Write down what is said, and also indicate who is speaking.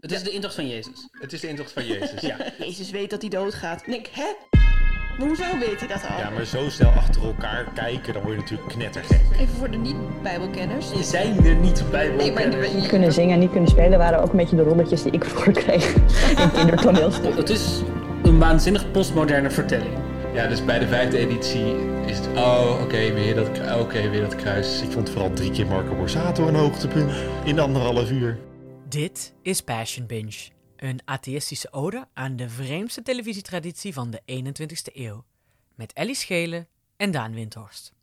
Speaker 1: Het is de intocht van Jezus.
Speaker 2: Het is de intocht van Jezus. ja.
Speaker 3: Jezus weet dat hij doodgaat. En ik, hè? Maar hoezo weet hij dat al?
Speaker 2: ja, maar zo snel achter elkaar kijken, dan word je natuurlijk knettergek.
Speaker 3: Even voor de niet-bijbelkenners.
Speaker 1: Je zijn er niet bij
Speaker 3: Nee, maar
Speaker 4: Niet kunnen zingen en niet kunnen spelen waren ook een beetje de rolletjes die ik voor kreeg in kindertoneelstukken.
Speaker 1: Het is een waanzinnig postmoderne vertelling.
Speaker 2: Ja, dus bij de vijfde editie is het, oh, oké, weer, dat, kru- oké, weer dat kruis. Ik vond vooral drie keer Marco Borsato een hoogtepunt in anderhalf uur.
Speaker 5: Dit is Passion Binge, een atheïstische ode aan de vreemdste televisietraditie van de 21ste eeuw. Met Ellie Schelen en Daan Windhorst.